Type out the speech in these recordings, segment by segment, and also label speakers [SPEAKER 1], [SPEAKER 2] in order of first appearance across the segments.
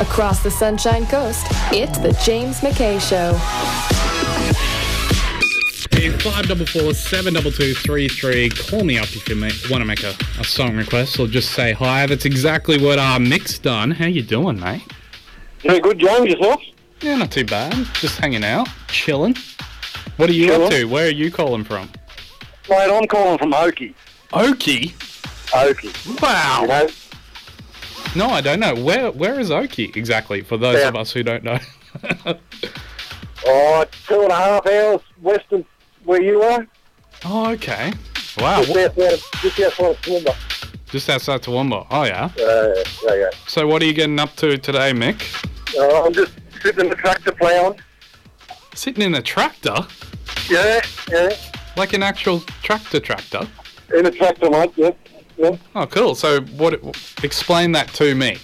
[SPEAKER 1] Across the Sunshine Coast, it's The James McKay Show.
[SPEAKER 2] Hey, five double four seven double two three three. Call me up if you want to make a, a song request or just say hi. That's exactly what our mix done. How you doing, mate?
[SPEAKER 3] Very good, James. Yourself?
[SPEAKER 2] Yeah, not too bad. Just hanging out, chilling. What are you up to?
[SPEAKER 3] Chilling.
[SPEAKER 2] Where are you calling from?
[SPEAKER 3] Mate, I'm calling from Oakey.
[SPEAKER 2] Oki.
[SPEAKER 3] Oakey. You
[SPEAKER 2] Wow.
[SPEAKER 3] know,
[SPEAKER 2] No, I don't know. Where Where is Oki exactly? For those
[SPEAKER 3] Yeah.
[SPEAKER 2] of us who don't know.
[SPEAKER 3] oh, two and a half hours western where you are.
[SPEAKER 2] oh, okay. Wow.
[SPEAKER 3] Just
[SPEAKER 2] wha-
[SPEAKER 3] outside of, just outside of Toowoomba.
[SPEAKER 2] Just outside Toowoomba. Oh yeah.
[SPEAKER 3] Uh, there you
[SPEAKER 2] So what are you getting up to today, Mick?
[SPEAKER 3] go. Uh, I'm just sitting in the tractor plowing.
[SPEAKER 2] Sitting in a tractor,
[SPEAKER 3] Yeah, yeah.
[SPEAKER 2] like an actual tractor tractor.
[SPEAKER 3] In the tractor, mate. Yep, yep.
[SPEAKER 2] Oh, cool. So, what? Explain that to me,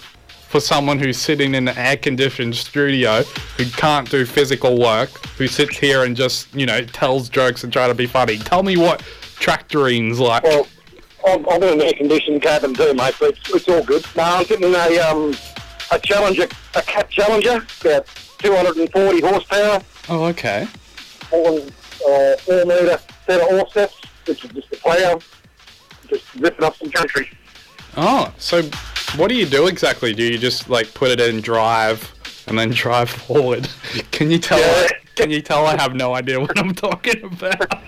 [SPEAKER 2] for someone who's sitting in an air-conditioned studio, who can't do physical work, who sits here and just, you know, tells jokes and try to be funny. Tell me what tractoring's like.
[SPEAKER 3] Well, I'm, I'm in an air-conditioned cabin too, mate, but it's, it's all good. No, I'm getting a, um, a Challenger, a Cat Challenger, about 240 horsepower.
[SPEAKER 2] oh, okay.
[SPEAKER 3] four, uh, four metre set of offsets, which is just a player, just ripping up some country.
[SPEAKER 2] Oh, so what do you do exactly? Do you just like put it in drive and then drive forward? Can you tell?
[SPEAKER 3] Yeah.
[SPEAKER 2] Can you tell? I have no idea what I'm talking about.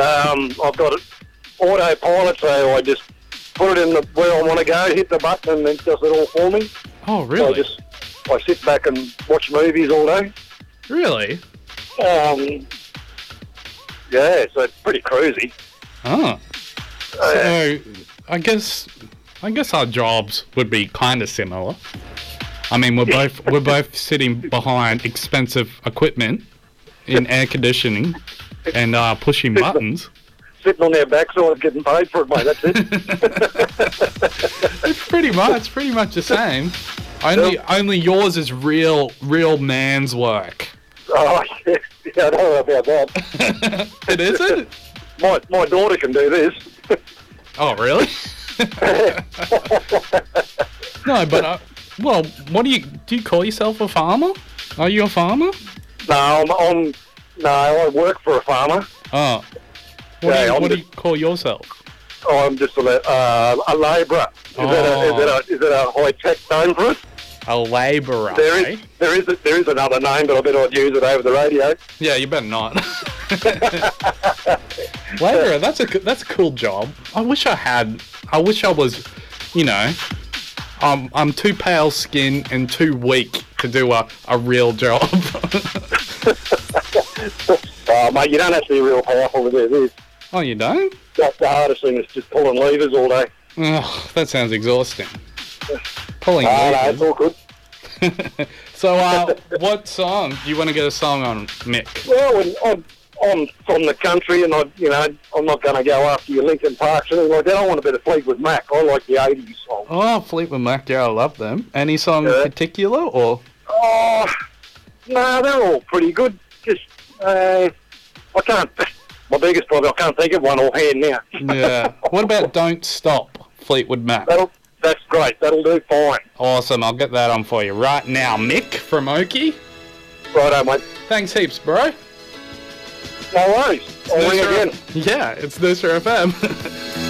[SPEAKER 3] Um, I've got it autopilot, so I just put it in the where I want to go, hit the button, and it does it all for me.
[SPEAKER 2] Oh,
[SPEAKER 3] So I
[SPEAKER 2] really?
[SPEAKER 3] just I sit back and watch movies all day.
[SPEAKER 2] Really?
[SPEAKER 3] Um, yeah, so it's pretty crazy.
[SPEAKER 2] Oh.
[SPEAKER 3] Uh,
[SPEAKER 2] So I guess I guess our jobs would be kind of similar. I mean, we're both we're both sitting behind expensive equipment in air conditioning and uh, pushing buttons.
[SPEAKER 3] Sitting on their backside, getting paid for it, mate. That's it.
[SPEAKER 2] It's pretty much pretty much the same. Only only yours is real real man's work.
[SPEAKER 3] oh, yeah, yeah, I don't know about that.
[SPEAKER 2] it isn't.
[SPEAKER 3] My my daughter can do this.
[SPEAKER 2] Oh, really? no, but uh, well, what do you do? You call yourself a farmer? Are you a farmer?
[SPEAKER 3] No, I'm, I'm no, I work for a farmer.
[SPEAKER 2] Oh. What,
[SPEAKER 3] Yeah,
[SPEAKER 2] do, you,
[SPEAKER 3] I'm
[SPEAKER 2] what do you
[SPEAKER 3] just-
[SPEAKER 2] call yourself?
[SPEAKER 3] Oh, I'm just a la- uh, a labourer. Is,
[SPEAKER 2] Oh.
[SPEAKER 3] that a, is that a is that a high tech name for it?
[SPEAKER 2] A labourer.
[SPEAKER 3] There is
[SPEAKER 2] eh?
[SPEAKER 3] there is a, there is another name, but I bet I'd use it over the radio.
[SPEAKER 2] Yeah, you better not. labourer, that's a co- that's a cool job. I wish I had. I wish I was, you know, I'm I'm too pale skinned and too weak to do a, a real job.
[SPEAKER 3] Oh, mate, you don't have to be real powerful to do this.
[SPEAKER 2] oh, you don't?
[SPEAKER 3] That's the hardest thing is just pulling levers all day.
[SPEAKER 2] Ugh, that sounds exhausting. Pulling
[SPEAKER 3] Oh, no,
[SPEAKER 2] levers.
[SPEAKER 3] it's all good.
[SPEAKER 2] So, uh, what song do you want to get a song on, Mick?
[SPEAKER 3] Well, and I'm, I'm from the country, and I, you know, I'm not going to go after your Lincoln Parks or anything like that. I want a bit of Fleetwood Mac. I like the '80s song.
[SPEAKER 2] Oh, Fleetwood Mac. Yeah, I love them. Any song in
[SPEAKER 3] Yeah.
[SPEAKER 2] particular, or?
[SPEAKER 3] Oh, no, they're all pretty good. Just, uh, I can't, my biggest problem, I can't think of one offhand now.
[SPEAKER 2] Yeah. What about Don't Stop, Fleetwood Mac?
[SPEAKER 3] That'll, that's great. That'll do fine.
[SPEAKER 2] Awesome. I'll get that on for you right now. Mick from Oki.
[SPEAKER 3] Righto, mate.
[SPEAKER 2] Thanks heaps, bro.
[SPEAKER 3] No worries. I'll ring again.
[SPEAKER 2] Yeah, it's Noosa FM.